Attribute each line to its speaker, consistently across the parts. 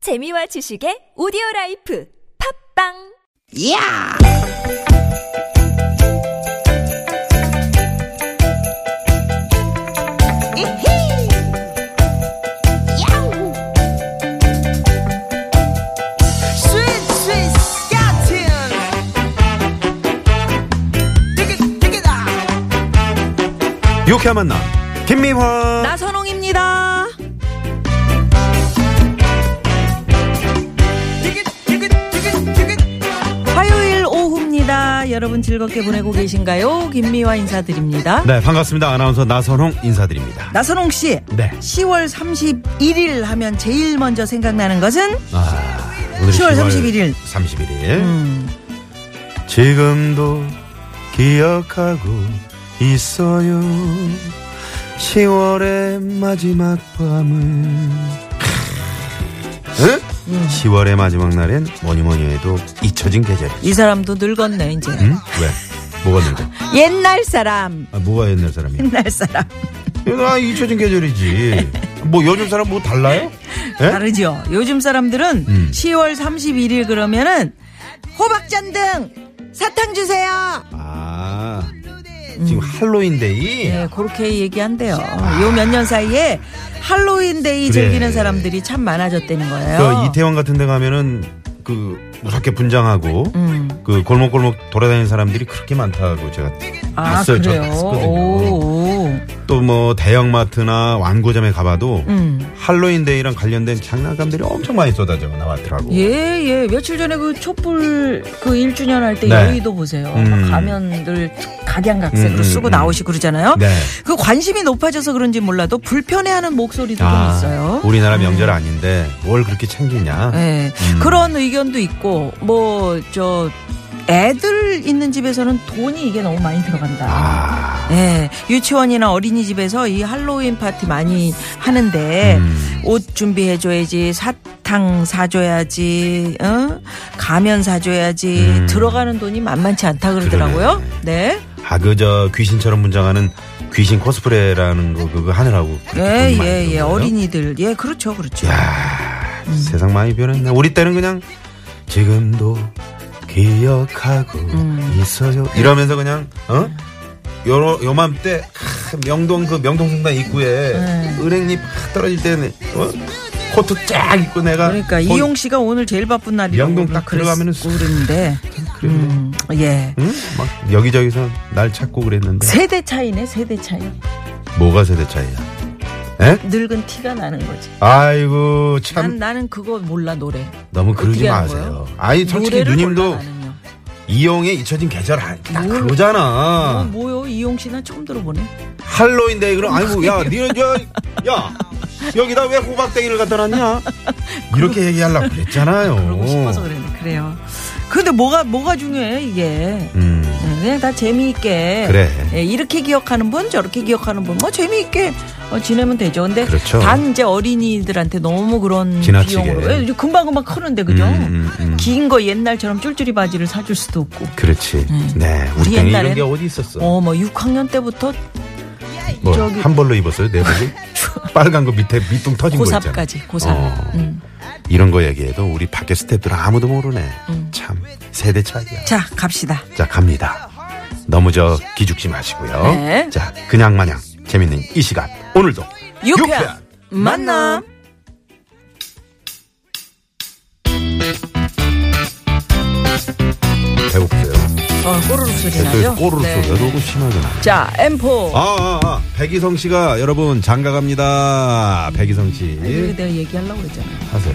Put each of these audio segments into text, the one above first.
Speaker 1: 재미와 지식의 오디오 라이프 팝빵
Speaker 2: 이야! 이히! 야우! 스윗, 스윗, 스카틴! 티켓, 티켓아!
Speaker 3: 유쾌한 만남 김미화
Speaker 4: 나선홍입니다.
Speaker 2: 티켓, 티켓, 티켓, 티켓!
Speaker 4: 화요일 오후입니다. 여러분 즐겁게 보내고 계신가요? 김미화 인사드립니다.
Speaker 3: 네 반갑습니다 아나운서 나선홍 인사드립니다
Speaker 4: 나선홍 씨.
Speaker 3: 네
Speaker 4: 10월 31일 하면 제일 먼저 생각나는 것은
Speaker 3: 아, 오늘
Speaker 4: 10월 31일. 음.
Speaker 3: 31일 지금도 기억하고 있어요 10월의 마지막 밤을 응?
Speaker 4: 음.
Speaker 3: 10월의 마지막 날엔 뭐니 뭐니 해도 잊혀진 계절
Speaker 4: 이 사람도 늙었네 이제.
Speaker 3: 응? 왜? 뭐가 늙어?
Speaker 4: 옛날 사람.
Speaker 3: 아, 뭐가 옛날 사람이야?
Speaker 4: 옛날 사람.
Speaker 3: 아, 잊혀진 계절이지. 뭐 요즘 사람 뭐 달라요? 예?
Speaker 4: 다르죠. 요즘 사람들은
Speaker 3: 음.
Speaker 4: 10월 31일 그러면은 호박잔등 사탕 주세요.
Speaker 3: 아, 지금 할로윈데이?
Speaker 4: 음. 네, 그렇게 얘기한대요. 요 몇 년 사이에 할로윈데이
Speaker 3: 그래.
Speaker 4: 즐기는 사람들이 참 많아졌다는 거예요.
Speaker 3: 그 이태원 같은 데 가면은 그 무섭게 분장하고
Speaker 4: 음.
Speaker 3: 그 골목골목 돌아다니는 사람들이 그렇게 많다고 제가
Speaker 4: 아,
Speaker 3: 봤어요. 저
Speaker 4: 그래요?
Speaker 3: 봤거든요.
Speaker 4: 오, 오.
Speaker 3: 또 뭐 대형마트나 완구점에 가봐도
Speaker 4: 음.
Speaker 3: 할로윈데이랑 관련된 장난감들이 엄청 많이 쏟아져 나왔더라고. 네.
Speaker 4: 예, 예. 며칠 전에 그 촛불 그 1주년 할 때
Speaker 3: 네.
Speaker 4: 여의도 보세요. 막
Speaker 3: 음.
Speaker 4: 가면들 각양각색으로
Speaker 3: 음, 음,
Speaker 4: 쓰고
Speaker 3: 음.
Speaker 4: 나오시고 그러잖아요.
Speaker 3: 네.
Speaker 4: 그 관심이 높아져서 그런지 몰라도 불편해하는 목소리도 좀 있어요.
Speaker 3: 아,
Speaker 4: 음.
Speaker 3: 우리나라 명절 아닌데 뭘 그렇게 챙기냐.
Speaker 4: 예.
Speaker 3: 음.
Speaker 4: 그런 의견도 있고 뭐 저 애들 있는 집에서는 돈이 이게 너무 많이 들어간다.
Speaker 3: 아,
Speaker 4: 예, 유치원이나 어린이집에서 이 할로윈 파티 많이 하는데
Speaker 3: 음.
Speaker 4: 옷 준비해줘야지 사탕 사줘야지 어? 가면 사줘야지
Speaker 3: 음.
Speaker 4: 들어가는 돈이 만만치 않다 그러더라고요. 네,
Speaker 3: 아, 그, 저, 귀신처럼 분장하는 귀신 코스프레라는 거, 그거 하느라고. 그렇게
Speaker 4: 예,
Speaker 3: 돈 많이
Speaker 4: 예, 예,
Speaker 3: 들고요.
Speaker 4: 어린이들 예, 그렇죠, 그렇죠.
Speaker 3: 야, 세상 많이 변했네. 우리 때는 그냥 지금도 기억하고
Speaker 4: 음.
Speaker 3: 있어요. 이러면서 그냥 어? 요 요맘때 캬, 명동 그 명동성당 입구에
Speaker 4: 네.
Speaker 3: 은행잎 확 떨어질 때는 어? 코트 쫙 입고 내가
Speaker 4: 그러니까
Speaker 3: 본-
Speaker 4: 이용 씨가 오늘 제일 바쁜 날이라고
Speaker 3: 명동 딱 들어가면은
Speaker 4: 그랬는데,
Speaker 3: 그래, 그래.
Speaker 4: 음, 예.
Speaker 3: 응? 막 여기저기서 날 찾고 그랬는데
Speaker 4: 세대 차이네, 세대 차이.
Speaker 3: 뭐가 세대 차이야? 에?
Speaker 4: 늙은 티가 나는 거지.
Speaker 3: 아이고 참
Speaker 4: 난 나는 그거 몰라 노래.
Speaker 3: 너무 그러지
Speaker 4: 어떻게 하는
Speaker 3: 마세요.
Speaker 4: 거예요?
Speaker 3: 아니 솔직히
Speaker 4: 노래를
Speaker 3: 누님도
Speaker 4: 몰라, 나는요.
Speaker 3: 이용의 잊혀진 계절 아- 딱
Speaker 4: 뭘-
Speaker 3: 그거잖아.
Speaker 4: 어, 뭐요? 이용 씨는 처음 들어보네.
Speaker 3: 할로윈데이 그럼 아이고 야 니는 야, 야 여기다 왜 호박땡이를 갖다 놨냐 이렇게 얘기하려고 그랬잖아요
Speaker 4: 그러고 싶어서 그랬네. 그래요. 근데 뭐가 뭐가 중요해 이게.
Speaker 3: 음
Speaker 4: 네, 그냥 다 재미있게.
Speaker 3: 그래.
Speaker 4: 예, 이렇게 기억하는 분, 저렇게 기억하는 분, 뭐 재미있게 어, 지내면 되죠. 근데
Speaker 3: 그렇죠.
Speaker 4: 단 이제 어린이들한테 너무 그런
Speaker 3: 지나치게.
Speaker 4: 비용으로 예, 금방 금방 크는데 그죠?
Speaker 3: 음, 음, 음.
Speaker 4: 긴 거 옛날처럼 쫄쫄이 바지를 사줄 수도 없고.
Speaker 3: 그렇지 네 우리
Speaker 4: 우리
Speaker 3: 때는
Speaker 4: 옛날엔-
Speaker 3: 이런 게 어디 있었어
Speaker 4: 어, 뭐 6학년 때부터
Speaker 3: 뭐
Speaker 4: 저기-
Speaker 3: 한 벌로 입었어요 내복이 빨간 거 밑에 밑둥 터진 거 있잖아
Speaker 4: 고3까지 고3.
Speaker 3: 어.
Speaker 4: 음.
Speaker 3: 이런 거 얘기해도 우리 밖에 스탭들은 아무도 모르네
Speaker 4: 음.
Speaker 3: 참 세대 차이야
Speaker 4: 자, 갑시다.
Speaker 3: 자 갑니다. 너무 저 기죽지 마시고요.
Speaker 4: 네.
Speaker 3: 자 그냥 마냥 재밌는 이 시간 오늘도
Speaker 4: 유쾌한 만남.
Speaker 3: 배고프세요.
Speaker 4: 어, 꼬르륵 소리 나죠?
Speaker 3: 또 꼬르륵
Speaker 4: 네.
Speaker 3: 소리가 너무 심하게 나.
Speaker 4: 자, M4.
Speaker 3: 아아아 백이성 씨가 여러분 장가 갑니다. 백이성 씨
Speaker 4: 이거 내가 얘기하려고 그랬잖아. 요 예.
Speaker 3: 하세요.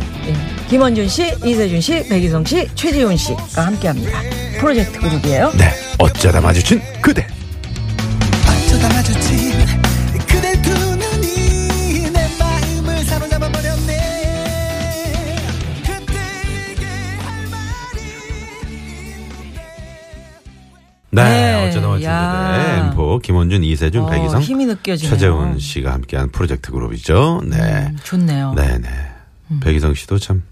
Speaker 4: 김원준 씨, 이세준 씨, 백이성 씨, 최재훈 씨가 함께 합니다. 프로젝트 그룹이에요.
Speaker 3: 네 어쩌다 마주친 그대.
Speaker 5: 쳐다 마주친 그대 두 눈이 내 마음을 사로잡아 버렸네 그때에게 할 말이
Speaker 3: 네,
Speaker 4: 네,
Speaker 3: 어쩌다 마주친
Speaker 4: 야.
Speaker 3: 그대. 엠포 김원준 이세준
Speaker 4: 어,
Speaker 3: 백이성
Speaker 4: 힘이 느껴지네요.
Speaker 3: 최재훈 씨가 함께한 프로젝트 그룹이죠. 네.
Speaker 4: 음, 좋네요.
Speaker 3: 네네. 백이성 씨도 참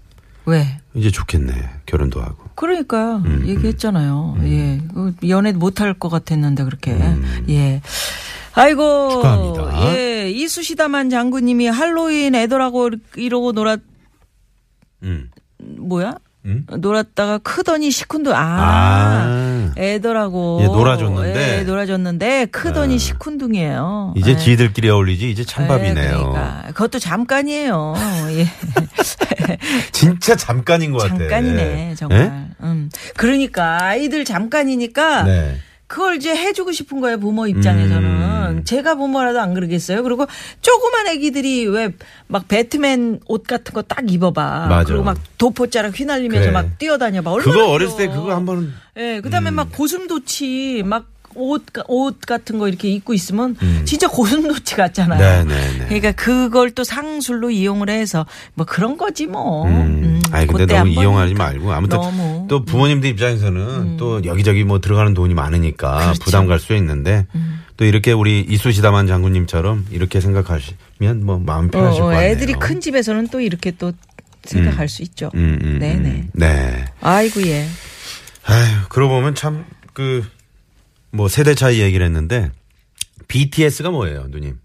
Speaker 4: 왜?
Speaker 3: 이제 좋겠네. 결혼도 하고. 음,
Speaker 4: 그러니까요. 얘기했잖아요. 예. 그 연애 못할 것 같았는데, 그렇게. 예. 아이고.
Speaker 3: 음. 축하합니다.
Speaker 4: 예. 이수시다만 장군님이 할로윈 애들하고 이러고 놀았,
Speaker 3: 음.
Speaker 4: 뭐야?
Speaker 3: 음?
Speaker 4: 놀았다가 크더니 시큰둥 아.
Speaker 3: 아.
Speaker 4: 애더라고.
Speaker 3: 예, 놀아줬는데. 네.
Speaker 4: 예, 놀아줬는데 크더니 시큰둥이에요.
Speaker 3: 이제
Speaker 4: 예.
Speaker 3: 지들끼리 어울리지 이제
Speaker 4: 예,
Speaker 3: 찬밥이네요.
Speaker 4: 그러니까. 그것도 잠깐이에요. 예.
Speaker 3: 진짜 잠깐인 것 같아. 예.
Speaker 4: 잠깐이네, 정말. 음. 그러니까 아이들 잠깐이니까
Speaker 3: 네.
Speaker 4: 그걸 이제 해주고 싶은 거예요 부모 입장에서는
Speaker 3: 음.
Speaker 4: 제가 부모라도 안 그러겠어요 그리고 조그만 애기들이 왜 막 배트맨 옷 같은 거 딱 입어봐
Speaker 3: 맞아.
Speaker 4: 그리고 막 도포자락
Speaker 3: 그래.
Speaker 4: 휘날리면서 막 뛰어다녀 봐 얼마나
Speaker 3: 그거 어렸을 때
Speaker 4: 귀여워.
Speaker 3: 그거 한번
Speaker 4: 예 그다음에 막 고슴도치 막 옷 옷 같은 거 이렇게 입고 있으면 진짜 고슴도치 같잖아요.
Speaker 3: 음. 네네네.
Speaker 4: 그러니까 그걸 또 상술로 이용을 해서 뭐 그런 거지 뭐.
Speaker 3: 음.
Speaker 4: 음,
Speaker 3: 아니 근데
Speaker 4: 그때
Speaker 3: 너무
Speaker 4: 한번
Speaker 3: 이용하지 말고 아무튼
Speaker 4: 너무. 음.
Speaker 3: 또 부모님들 입장에서는 또 여기저기 뭐 들어가는 돈이 많으니까
Speaker 4: 그렇죠.
Speaker 3: 부담 갈 수 있는데
Speaker 4: 음.
Speaker 3: 또 이렇게 우리 이수시다만 장군님처럼 이렇게 생각하시면 뭐 마음
Speaker 4: 어,
Speaker 3: 편하실
Speaker 4: 어,
Speaker 3: 것 같네요.
Speaker 4: 애들이 큰 집에서는 또 이렇게 또 생각할 수 있죠.
Speaker 3: 음, 음,
Speaker 4: 네네.
Speaker 3: 음. 네.
Speaker 4: 아이고 예.
Speaker 3: 아휴, 그러고 보면 참 그 뭐 세대 차이 얘기를 했는데 BTS가 뭐예요, 누님?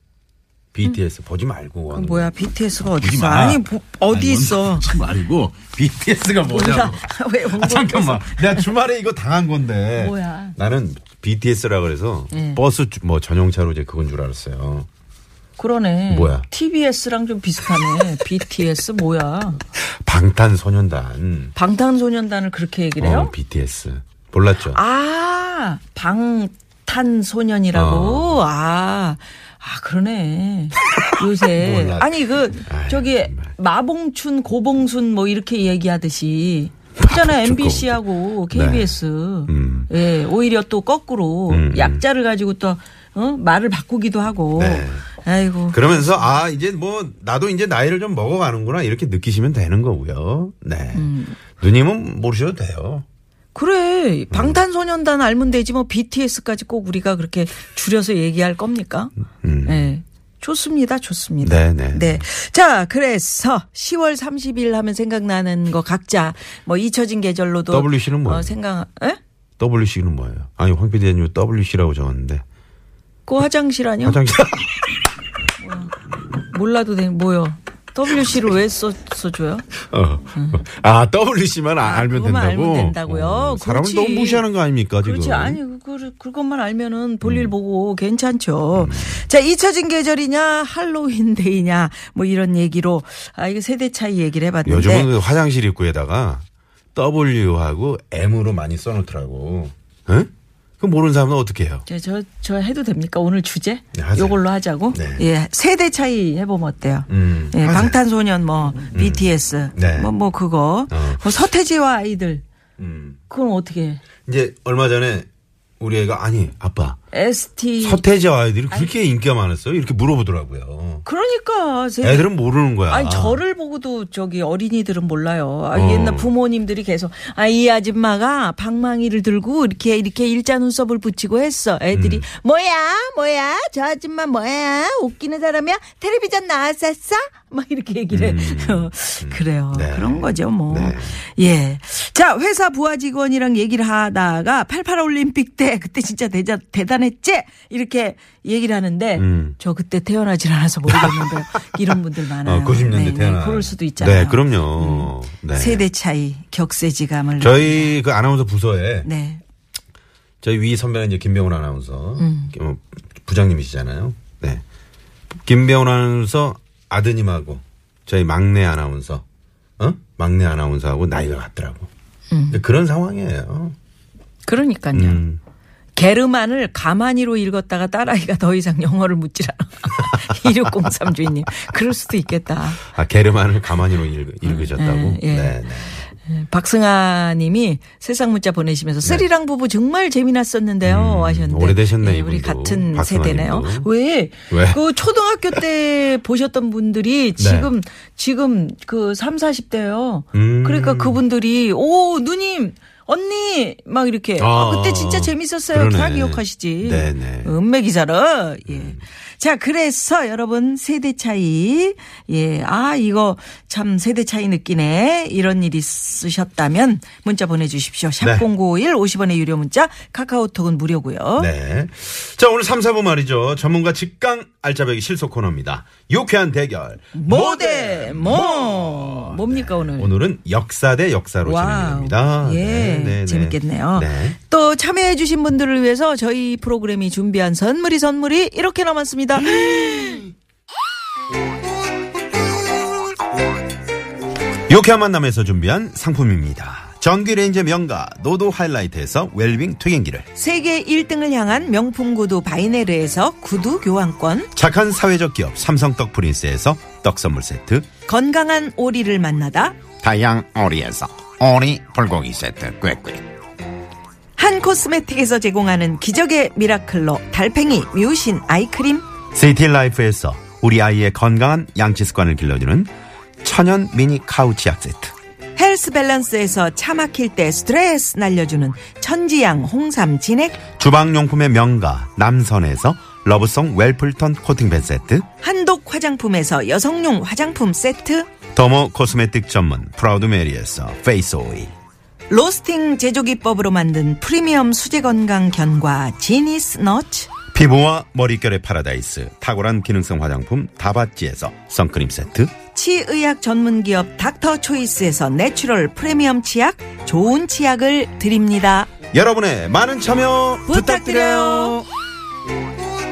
Speaker 3: BTS 보지 말고. 하는
Speaker 4: 음. 뭐야
Speaker 3: 거.
Speaker 4: BTS가
Speaker 6: 보지
Speaker 4: 어디 있어?
Speaker 6: 마.
Speaker 4: 아니 보- 어디
Speaker 6: 아니,
Speaker 4: 있어?
Speaker 6: 넌 말고 BTS가
Speaker 4: 뭐야?
Speaker 6: 뭐냐고.
Speaker 4: 왜 온
Speaker 6: 아,
Speaker 4: 거?
Speaker 6: 잠깐만.
Speaker 3: 내가 주말에 이거 당한 건데.
Speaker 4: 뭐야?
Speaker 3: 나는 BTS라 그래서
Speaker 4: 예.
Speaker 3: 버스 주- 뭐 전용차로 이제 그건 줄 알았어요.
Speaker 4: 그러네.
Speaker 3: 뭐야?
Speaker 4: TBS랑 좀 비슷하네. BTS 뭐야?
Speaker 3: 방탄소년단.
Speaker 4: 방탄소년단을 그렇게 얘기를 해요?
Speaker 3: 어, BTS. 몰랐죠?
Speaker 4: 아 방탄소년이라고.
Speaker 3: 어.
Speaker 4: 아. 아 그러네 요새
Speaker 3: 몰라.
Speaker 4: 아니 그
Speaker 3: 아이,
Speaker 4: 저기
Speaker 3: 정말.
Speaker 4: 마봉춘 고봉순 뭐 이렇게 얘기하듯이 그잖아
Speaker 3: 마봉춘,
Speaker 4: MBC하고
Speaker 3: 고봉순.
Speaker 4: KBS
Speaker 3: 네. 음.
Speaker 4: 예 오히려 또 거꾸로
Speaker 3: 음, 음.
Speaker 4: 약자를 가지고 또 어? 말을 바꾸기도 하고
Speaker 3: 네.
Speaker 4: 아이고
Speaker 3: 그러면서 아 이제 뭐 나도 이제 나이를 좀 먹어가는구나 이렇게 느끼시면 되는 거고요. 네.
Speaker 4: 음.
Speaker 3: 누님은 모르셔도 돼요.
Speaker 4: 그래 방탄소년단 알면 되지 뭐 BTS까지 꼭 우리가 그렇게 줄여서 얘기할 겁니까?
Speaker 3: 음.
Speaker 4: 네. 좋습니다, 좋습니다.
Speaker 3: 네, 네.
Speaker 4: 자, 그래서 10월 30일 하면 생각나는 거 각자 뭐 잊혀진 계절로도
Speaker 3: WC는 뭐예요?
Speaker 4: 어, 생각, 예?
Speaker 3: WC는 뭐예요? 아니 황 PD님 WC라고 적었는데
Speaker 4: 그 화장실 아니요?
Speaker 3: 화장실
Speaker 4: 몰라도 되는 뭐요? WC를 왜 써, 써줘요?
Speaker 3: 어. 아 WC만 알면
Speaker 4: 음. 그것만
Speaker 3: 된다고
Speaker 4: 알면 된다고요?
Speaker 3: 어, 사람을
Speaker 4: 그렇지.
Speaker 3: 너무 무시하는 거 아닙니까 지금?
Speaker 4: 그렇지. 아니, 그, 그것만 알면은
Speaker 3: 음.
Speaker 4: 볼일 보고 괜찮죠. 자, 잊혀진 계절이냐, 할로윈데이냐, 뭐 이런 얘기로, 아, 이거 세대 차이 얘기를 해봤는데.
Speaker 3: 요즘은 그 화장실 입구에다가 W하고 M으로 많이 써놓더라고. 응? 그 모르는 사람은 어떻게 해요?
Speaker 4: 저, 저, 저 해도 됩니까? 오늘 주제?
Speaker 3: 네, 하세요.
Speaker 4: 요걸로 하자고?
Speaker 3: 네.
Speaker 4: 예. 세대 차이 해보면 어때요?
Speaker 3: 음,
Speaker 4: 예,
Speaker 3: 하세요. 음.
Speaker 4: 방탄소년 뭐, BTS.
Speaker 3: 네.
Speaker 4: 뭐, 뭐, 그거.
Speaker 3: 어.
Speaker 4: 뭐 서태지와 아이들.
Speaker 3: 음.
Speaker 4: 그건 어떻게 해?
Speaker 3: 이제 얼마 전에 우리 애가 아니 아빠
Speaker 4: ST.
Speaker 3: 서태지 아이들이 그렇게 인기가 많았어요? 이렇게 물어보더라고요.
Speaker 4: 그러니까. 세대-
Speaker 3: 애들은 모르는 거야.
Speaker 4: 아니 저를 보고도 저기 어린이들은 몰라요. 아,
Speaker 3: 어.
Speaker 4: 옛날 부모님들이 계속 아 이 아줌마가 방망이를 들고 이렇게 이렇게 일자 눈썹을 붙이고 했어.
Speaker 3: 음.
Speaker 4: 애들이 뭐야 뭐야 저 아줌마 뭐야 웃기는 사람이야 텔레비전 나왔었어? 막 이렇게 얘기를 해요. 그래요.
Speaker 3: 음. 네.
Speaker 4: 그런 거죠 뭐.
Speaker 3: 네.
Speaker 4: 예. 자 회사 부하 직원이랑 얘기를 하다가 88 올림픽 때 그때 진짜 대자, 대단했지 이렇게 얘기를 하는데
Speaker 3: 음.
Speaker 4: 저 그때 태어나질 않아서 모르겠는데 이런 분들 많아요.
Speaker 3: 어, 90년대
Speaker 4: 네,
Speaker 3: 태어난.
Speaker 4: 네, 그럴 수도 있잖아요. 음.
Speaker 3: 네, 그럼요. 네.
Speaker 4: 세대 차이, 격세지감을.
Speaker 3: 저희 그 아나운서 부서에
Speaker 4: 네.
Speaker 3: 저희 위 선배는 이제 김병훈 아나운서
Speaker 4: 음.
Speaker 3: 어, 부장님이시잖아요. 네. 김병훈 아나운서 아드님하고 저희 막내 아나운서 어? 막내 아나운서하고 나이가 같더라고.
Speaker 4: 음.
Speaker 3: 그런 상황이에요.
Speaker 4: 그러니까요.
Speaker 3: 음.
Speaker 4: 게르만을 가만히로 읽었다가 딸아이가 더 이상 영어를 묻질 않아. 2603 주인님. 그럴 수도 있겠다.
Speaker 3: 아, 게르만을 가만히로 읽, 읽으셨다고?
Speaker 4: 예, 예.
Speaker 3: 네, 네.
Speaker 4: 박승아 님이 세상 문자 보내시면서 쓰리랑 부부 정말 재미났었는데요. 하셨는데.
Speaker 3: 네. 음,
Speaker 4: 예,
Speaker 3: 오래되셨네,
Speaker 4: 우리
Speaker 3: 이분도.
Speaker 4: 같은
Speaker 3: 박승아
Speaker 4: 세대네요.
Speaker 3: 님도.
Speaker 4: 왜?
Speaker 3: 왜? 네.
Speaker 4: 그 초등학교 때 보셨던 분들이 지금, 지금 그 3, 40대요.
Speaker 3: 음.
Speaker 4: 그러니까 그분들이, 오, 누님! 언니 막 이렇게 아,
Speaker 3: 아,
Speaker 4: 그때 진짜 재밌었어요. 다
Speaker 3: 그러네.
Speaker 4: 기억하시지.
Speaker 3: 네네.
Speaker 4: 음메기사를 예. 자, 그래서 여러분 세대 차이, 예, 아, 이거 참 세대 차이 느끼네. 이런 일 있으셨다면 문자 보내주십시오.
Speaker 3: 네.
Speaker 4: 샵0951 50원의 유료 문자, 카카오톡은 무료고요
Speaker 3: 네. 자, 오늘 3, 4부 말이죠. 전문가 직강 알짜배기 실속 코너입니다. 유쾌한 대결.
Speaker 4: 뭐? 모대, 뭐. 뭡니까, 오늘?
Speaker 3: 오늘은 역사 대 역사로 진행됩니다. 네,
Speaker 4: 예, 재밌겠네요. 또 참여해주신 분들을 위해서 저희 프로그램이 준비한 선물이 선물이 이렇게 남았습니다.
Speaker 3: 유쾌한 만남에서 준비한 상품입니다. 전기레인저 명가 노도 하이라이트에서 웰빙 튀김기를
Speaker 4: 세계 1등을 향한 명품 구두 바이네르에서 구두 교환권,
Speaker 3: 착한 사회적 기업 삼성떡 프린스에서 떡 선물 세트
Speaker 4: 건강한 오리를 만나다,
Speaker 7: 다양 오리에서 오리 불고기 세트 꾀꾀
Speaker 4: 한 코스메틱에서 제공하는 기적의 미라클로 달팽이 뮤신 아이크림,
Speaker 3: 시티라이프에서 우리 아이의 건강한 양치 습관을 길러주는 천연 미니 카우치 약 세트
Speaker 4: 헬스 밸런스에서 차 막힐 때 스트레스 날려주는 천지양 홍삼 진액,
Speaker 3: 주방용품의 명가 남선에서 러브송 웰플턴 코팅팬 세트
Speaker 4: 한독 화장품에서 여성용 화장품 세트,
Speaker 3: 더모 코스메틱 전문 프라우드 메리에서 페이스 오일
Speaker 4: 로스팅 제조기법으로 만든 프리미엄 수제 건강 견과 지니스 너츠
Speaker 3: 피부와 머릿결의 파라다이스 탁월한 기능성 화장품 다바찌에서 선크림 세트
Speaker 4: 치의학 전문 기업 닥터 초이스에서 내추럴 프리미엄 치약 좋은 치약을 드립니다.
Speaker 3: 여러분의 많은 참여 부탁드려요.
Speaker 4: 부탁드려요.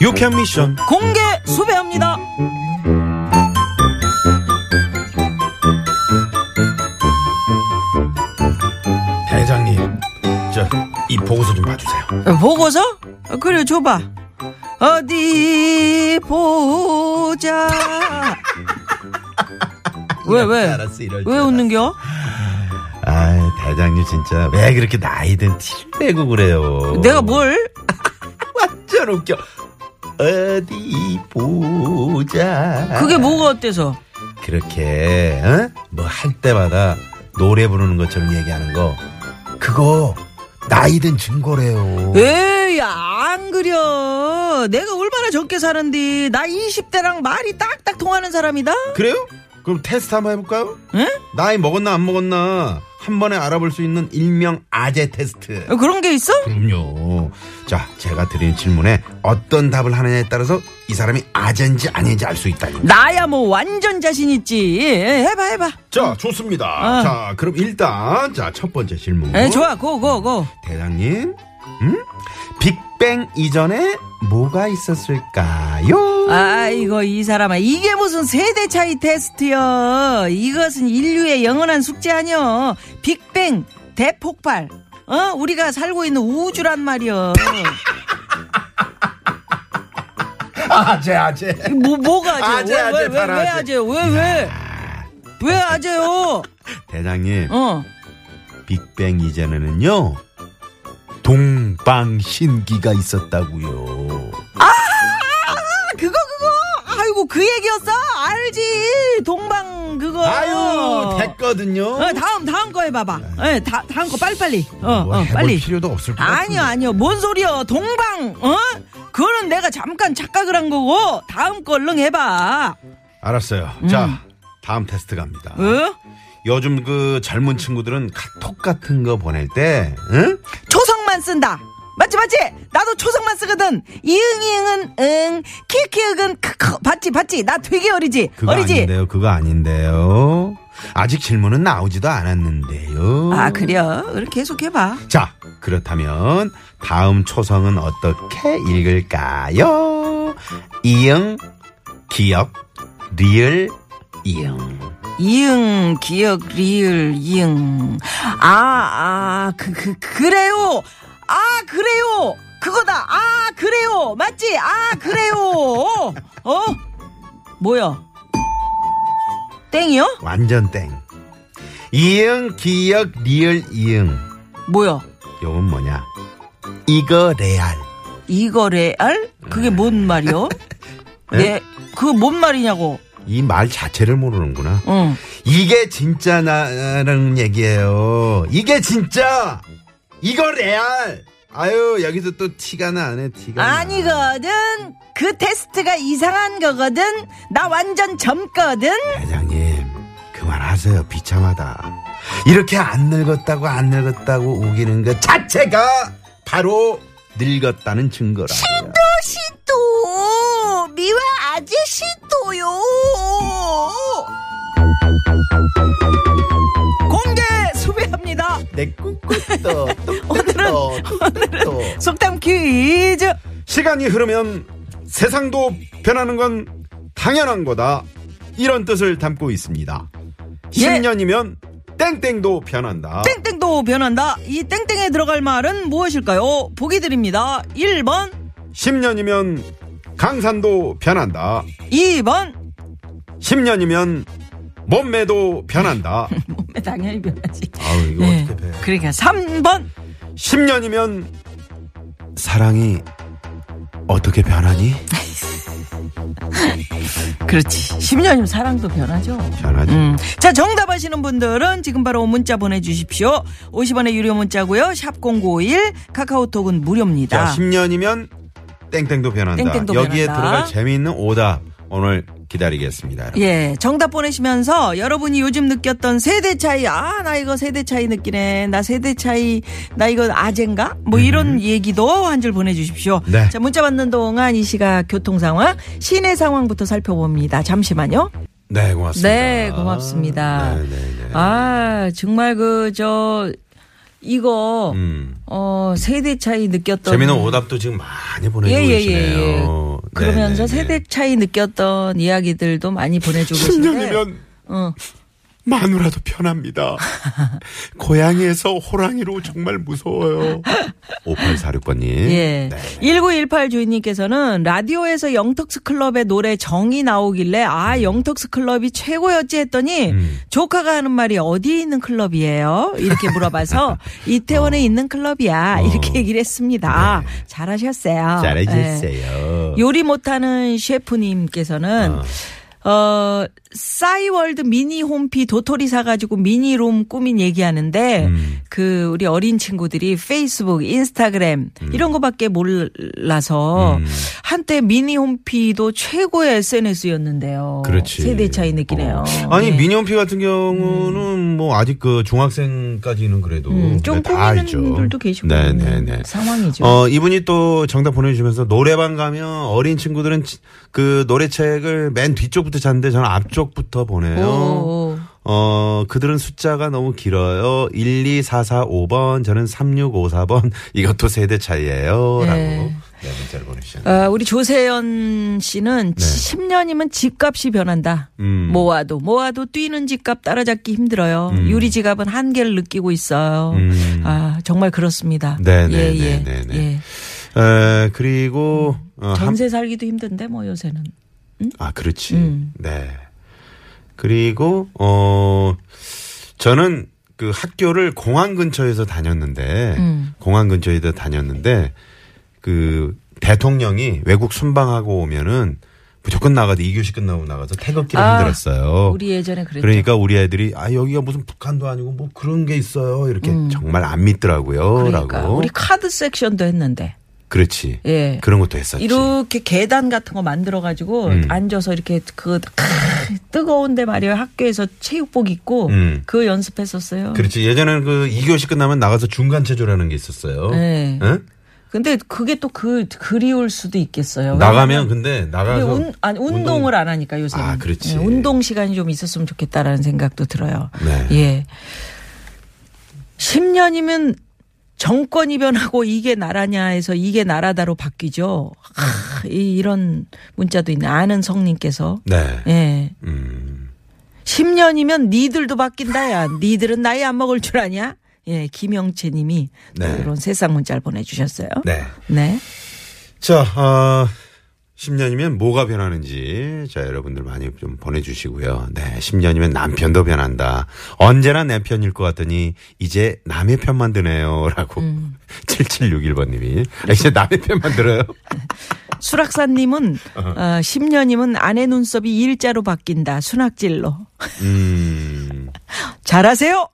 Speaker 3: 유쾌한 미션.
Speaker 4: 공개 수배합니다.
Speaker 3: 대장님, 저 이 보고서 좀 봐주세요.
Speaker 4: 보고서? 어, 그래 줘봐. 어디 보자. 왜 왜?
Speaker 3: 알았어, 이럴 줄
Speaker 4: 왜 웃는겨?
Speaker 3: 아, 대장님 진짜 왜 그렇게 나이든 티를 내고 그래요.
Speaker 4: 내가 뭐 뭘?
Speaker 3: 완전 웃겨. 어디 보자.
Speaker 4: 그게 뭐가 어때서?
Speaker 3: 그렇게 뭐 할 때마다 노래 부르는 것처럼 얘기하는 거 그거 나이든 증거래요.
Speaker 4: 에이, 안 그려. 내가 얼마나 적게 사는데. 나 20대랑 말이 딱딱 통하는 사람이다?
Speaker 3: 그래요? 그럼 테스트 한번 해볼까요?
Speaker 4: 응?
Speaker 3: 나이 먹었나 안 먹었나 한 번에 알아볼 수 있는 일명 아재 테스트.
Speaker 4: 어, 그런 게 있어?
Speaker 3: 그럼요. 자, 제가 드린 질문에 어떤 답을 하느냐에 따라서 이 사람이 아재인지 아닌지 알 수 있다.
Speaker 4: 나야 뭐 완전 자신 있지. 예, 해봐, 해봐.
Speaker 3: 자, 좋습니다.
Speaker 4: 아.
Speaker 3: 자, 그럼 일단 자, 첫 번째 질문.
Speaker 4: 예, 좋아. 고, 고, 고.
Speaker 3: 대장님, 음? 빅뱅 이전에 뭐가 있었을까요?
Speaker 4: 아이고, 이 사람아. 이게 무슨 세대 차이 테스트여. 이것은 인류의 영원한 숙제 아니여. 빅뱅, 대폭발. 어? 우리가 살고 있는 우주란 말이여.
Speaker 3: 아재, 아재.
Speaker 4: 뭐, 뭐가
Speaker 3: 아재,
Speaker 4: 아재? 왜,
Speaker 3: 아재,
Speaker 4: 왜, 왜,
Speaker 3: 바로
Speaker 4: 왜
Speaker 3: 아재.
Speaker 4: 아재? 왜, 왜? 왜 아재요?
Speaker 3: 대장님,
Speaker 4: 어.
Speaker 3: 빅뱅 이전에는요, 동방신기가 있었다고요
Speaker 4: 아, 그거 그거 아이고 그 얘기였어 알지 동방 그거
Speaker 3: 아유, 됐거든요.
Speaker 4: 어, 다음 다음 거 해봐봐 예, 다, 다음 거 빨리빨리 어,
Speaker 3: 뭐
Speaker 4: 어
Speaker 3: 해볼
Speaker 4: 빨리
Speaker 3: 필요도 없을 것 같은데.
Speaker 4: 아니요 아니요 뭔 소리여 동방 어 그거는 내가 잠깐 착각을 한 거고 다음 거 얼른 해봐
Speaker 3: 알았어요. 자, 다음 테스트 갑니다.
Speaker 4: 어?
Speaker 3: 요즘 그 젊은 친구들은 카톡 같은 거 보낼 때, 응?
Speaker 4: 초성만 쓴다 맞지 맞지 나도 초성만 쓰거든 이응이응은 응 키키응은 크크 봤지 봤지 나 되게 어리지
Speaker 3: 그거
Speaker 4: 어리지
Speaker 3: 아닌데요. 그거 아닌데요. 아직 질문은 나오지도 않았는데요.
Speaker 4: 아 그래요 계속 해봐
Speaker 3: 자, 그렇다면 다음 초성은 어떻게 읽을까요? 이응, 기억, 리을, 이응.
Speaker 4: 이응 기억 리을 이응 아, 아아그 그, 그래요 아 그래요 그거다 아 그래요 맞지 아 그래요 어 뭐야 땡이요
Speaker 3: 완전 땡. 이응, 기억, 리을, 이응.
Speaker 4: 뭐야
Speaker 3: 요건 뭐냐? 이거 레알.
Speaker 4: 네? 이거래 알 그게 그 뭔 말이요 예 그거 뭔 말이냐고
Speaker 3: 이 말 자체를 모르는구나.
Speaker 4: 응.
Speaker 3: 이게 진짜 나라는 얘기예요. 이게 진짜 이거 레알. 아유 여기서 또 티가 나네 티가. 나.
Speaker 4: 아니거든. 그 테스트가 이상한 거거든. 나 완전 젊거든.
Speaker 3: 회장님 그만하세요 비참하다. 이렇게 안 늙었다고 안 늙었다고 우기는 것 자체가 바로 늙었다는 증거라.
Speaker 4: 시도 미화 아저씨도요. 공개 수배합니다.
Speaker 3: 내 꿀꿀떡
Speaker 4: 오늘은-
Speaker 3: 오늘은
Speaker 4: 속담 퀴즈.
Speaker 3: 시간이 흐르면 세상도 변하는 건 당연한 거다. 이런 뜻을 담고 있습니다.
Speaker 4: 예.
Speaker 3: 10년이면 땡땡도 변한다.
Speaker 4: 땡땡도 변한다. 이 땡땡에 들어갈 말은 무엇일까요? 보기 드립니다. 1번,
Speaker 3: 10년이면 강산도 변한다.
Speaker 4: 2번.
Speaker 3: 10년이면 몸매도 변한다.
Speaker 4: 몸매 당연히 변하지.
Speaker 3: 아우 이거
Speaker 4: 네.
Speaker 3: 어떻게 돼.
Speaker 4: 그러니까 3번.
Speaker 3: 10년이면 사랑이 어떻게 변하니?
Speaker 4: 그렇지. 10년이면 사랑도 변하죠.
Speaker 3: 변하지.
Speaker 4: 음. 자, 정답 아시는 분들은 지금 바로 문자 보내주십시오. 50원의 유료 문자고요. 샵0951 카카오톡은 무료입니다.
Speaker 3: 자, 10년이면 땡땡도 변한다.
Speaker 4: 땡땡도
Speaker 3: 여기에
Speaker 4: 변한다.
Speaker 3: 들어갈 재미있는 오답 오늘 기다리겠습니다. 여러분.
Speaker 4: 예, 정답 보내시면서 여러분이 요즘 느꼈던 세대 차이, 아, 나 이거 세대 차이 느끼네. 나 세대 차이, 나 이거 아젠가? 뭐 이런 얘기도 한 줄 보내주십시오.
Speaker 3: 음. 네.
Speaker 4: 자, 문자 받는 동안 이 시각 교통 상황, 시내 상황부터 살펴봅니다. 잠시만요.
Speaker 3: 네, 고맙습니다.
Speaker 4: 네, 고맙습니다.
Speaker 3: 네, 네, 네.
Speaker 4: 아, 정말 그, 저, 이거,
Speaker 3: 음.
Speaker 4: 어, 세대 차이 느꼈던.
Speaker 3: 재미있는 오답도 지금 많이 보내주고
Speaker 4: 예, 예, 예,
Speaker 3: 계시네요.
Speaker 4: 예. 그러면서
Speaker 3: 네, 네, 네.
Speaker 4: 세대 차이 느꼈던 이야기들도 많이 보내주고 계신데. 어.
Speaker 8: 마누라도 편합니다. 고양이에서 호랑이로 정말 무서워요.
Speaker 3: 5846번님. 네.
Speaker 4: 예. 1918 주인님께서는 라디오에서 영턱스 클럽의 노래 정이 나오길래 아, 영턱스 클럽이 최고였지 했더니 조카가 하는 말이 어디 있는 클럽이에요? 이렇게 물어봐서 이태원에 있는 클럽이야. 이렇게 얘기를 했습니다. 아, 잘하셨어요. 예.
Speaker 3: 잘해주세요.
Speaker 4: 요리 못하는 셰프님께서는 어. 싸이월드 미니 홈피 도토리 사가지고 미니룸 꾸민 얘기하는데
Speaker 3: 음.
Speaker 4: 그 우리 어린 친구들이 페이스북, 인스타그램
Speaker 3: 음.
Speaker 4: 이런 거밖에 몰라서 한때 미니 홈피도 최고의 SNS였는데요.
Speaker 3: 그렇지.
Speaker 4: 어, 세대 차이 느끼네요.
Speaker 3: 어. 아니
Speaker 4: 네.
Speaker 3: 미니홈피 같은 경우는 뭐 아직 그 중학생까지는 그래도
Speaker 4: 음, 좀
Speaker 3: 네, 다
Speaker 4: 꾸미는
Speaker 3: 알죠.
Speaker 4: 분들도 계시고
Speaker 3: 네네네.
Speaker 4: 상황이죠.
Speaker 3: 어 이분이 또 정답 보내주면서 노래방 가면 어린 친구들은 치- 그 노래책을 맨 뒤쪽부터 찾는데 저는 앞쪽부터 보내요.
Speaker 4: 오.
Speaker 3: 어, 그들은 숫자가 너무 길어요. 1, 2, 4, 4, 5번. 저는 3, 6, 5, 4번. 이것도 세대 차이예요
Speaker 4: 네.
Speaker 3: 라고. 네, 문자를 보내주셨네요.
Speaker 4: 아, 우리 조세현 씨는
Speaker 3: 네.
Speaker 4: 10년이면 집값이 변한다.
Speaker 3: 음.
Speaker 4: 모아도 모아도 뛰는 집값 따라잡기 힘들어요. 유리 지갑은 한계를 느끼고 있어요. 아 정말 그렇습니다.
Speaker 3: 음. 네, 네,
Speaker 4: 예,
Speaker 3: 네,
Speaker 4: 예,
Speaker 3: 네, 네.
Speaker 4: 예.
Speaker 3: 에, 그리고, 어, 한-
Speaker 4: 전세 살기도 힘든데 뭐 요새는.
Speaker 3: 아, 그렇지.
Speaker 4: 음.
Speaker 3: 네. 그리고, 어, 저는 그 학교를 공항 근처에서 다녔는데,
Speaker 4: 음.
Speaker 3: 공항 근처에서 다녔는데, 그 대통령이 외국 순방하고 오면은 무조건 나가도 2교시 끝나고 나가서 태극기를
Speaker 4: 아,
Speaker 3: 흔들었어요.
Speaker 4: 우리 예전에 그랬죠.
Speaker 3: 그러니까 우리 애들이 아 여기가 무슨 북한도 아니고 뭐 그런 게 있어요 이렇게 정말 안 믿더라고요
Speaker 4: 음. 그러니까.
Speaker 3: 라고
Speaker 4: 우리 카드 섹션도 했는데.
Speaker 3: 그렇지
Speaker 4: 예.
Speaker 3: 그런 것도 했었지 음.
Speaker 4: 이렇게 계단 같은 거 만들어 가지고 앉아서 이렇게 그 크, 뜨거운데 말이에요 학교에서 체육복 입고
Speaker 3: 음.
Speaker 4: 그거 연습했었어요.
Speaker 3: 그렇지 예전에는 그 2교시 끝나면 나가서 중간 체조라는 게 있었어요
Speaker 4: 네.
Speaker 3: 응?
Speaker 4: 근데 그게 또 그 그리울 수도 있겠어요.
Speaker 3: 나가면 근데
Speaker 4: 근데
Speaker 3: 나가서
Speaker 4: 운, 아니,
Speaker 3: 운동-
Speaker 4: 운동을 안 하니까 요새
Speaker 3: 아, 그렇지.
Speaker 4: 운동 시간이 좀 있었으면 좋겠다라는 생각도 들어요.
Speaker 3: 네.
Speaker 4: 예. 10년이면 정권이 변하고 이게 나라냐에서 이게 나라다로 바뀌죠. 아, 이, 이런 문자도 있네. 아는 성님께서
Speaker 3: 네
Speaker 4: 예.
Speaker 3: 음.
Speaker 4: 10년이면 니들도 바뀐다야. 니들은 나이 안 먹을 줄 아냐? 예, 김영채 님이 또
Speaker 3: 네.
Speaker 4: 이런 세상 문자를 보내주셨어요.
Speaker 3: 네.
Speaker 4: 네.
Speaker 3: 자, 어, 10년이면 뭐가 변하는지 자 여러분들 많이 좀 보내주시고요. 네, 10년이면 남편도 변한다. 언제나 내 편일 것 같더니 이제 남의 편만 드네요라고
Speaker 4: 음.
Speaker 3: 7761번님이 아, 이제 남의 편만 들어요.
Speaker 4: 수락사님은 어, 10년이면 아내 눈썹이 일자로 바뀐다. 순학질로.
Speaker 3: 음,
Speaker 4: 잘하세요.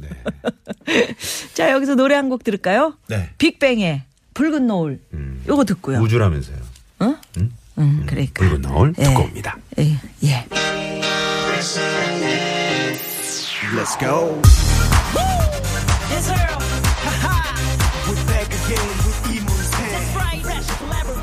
Speaker 3: 네.
Speaker 4: 자 여기서 노래 한 곡 들을까요?
Speaker 3: 네.
Speaker 4: 빅뱅의 붉은 노을.
Speaker 3: 음.
Speaker 4: 요거 듣고요.
Speaker 3: 우주라면서요.
Speaker 4: 음, 그러니까.
Speaker 3: 붉은 노을
Speaker 4: 예.
Speaker 3: 듣고 옵니다.
Speaker 4: 예. 예.
Speaker 2: Fresh collaboration.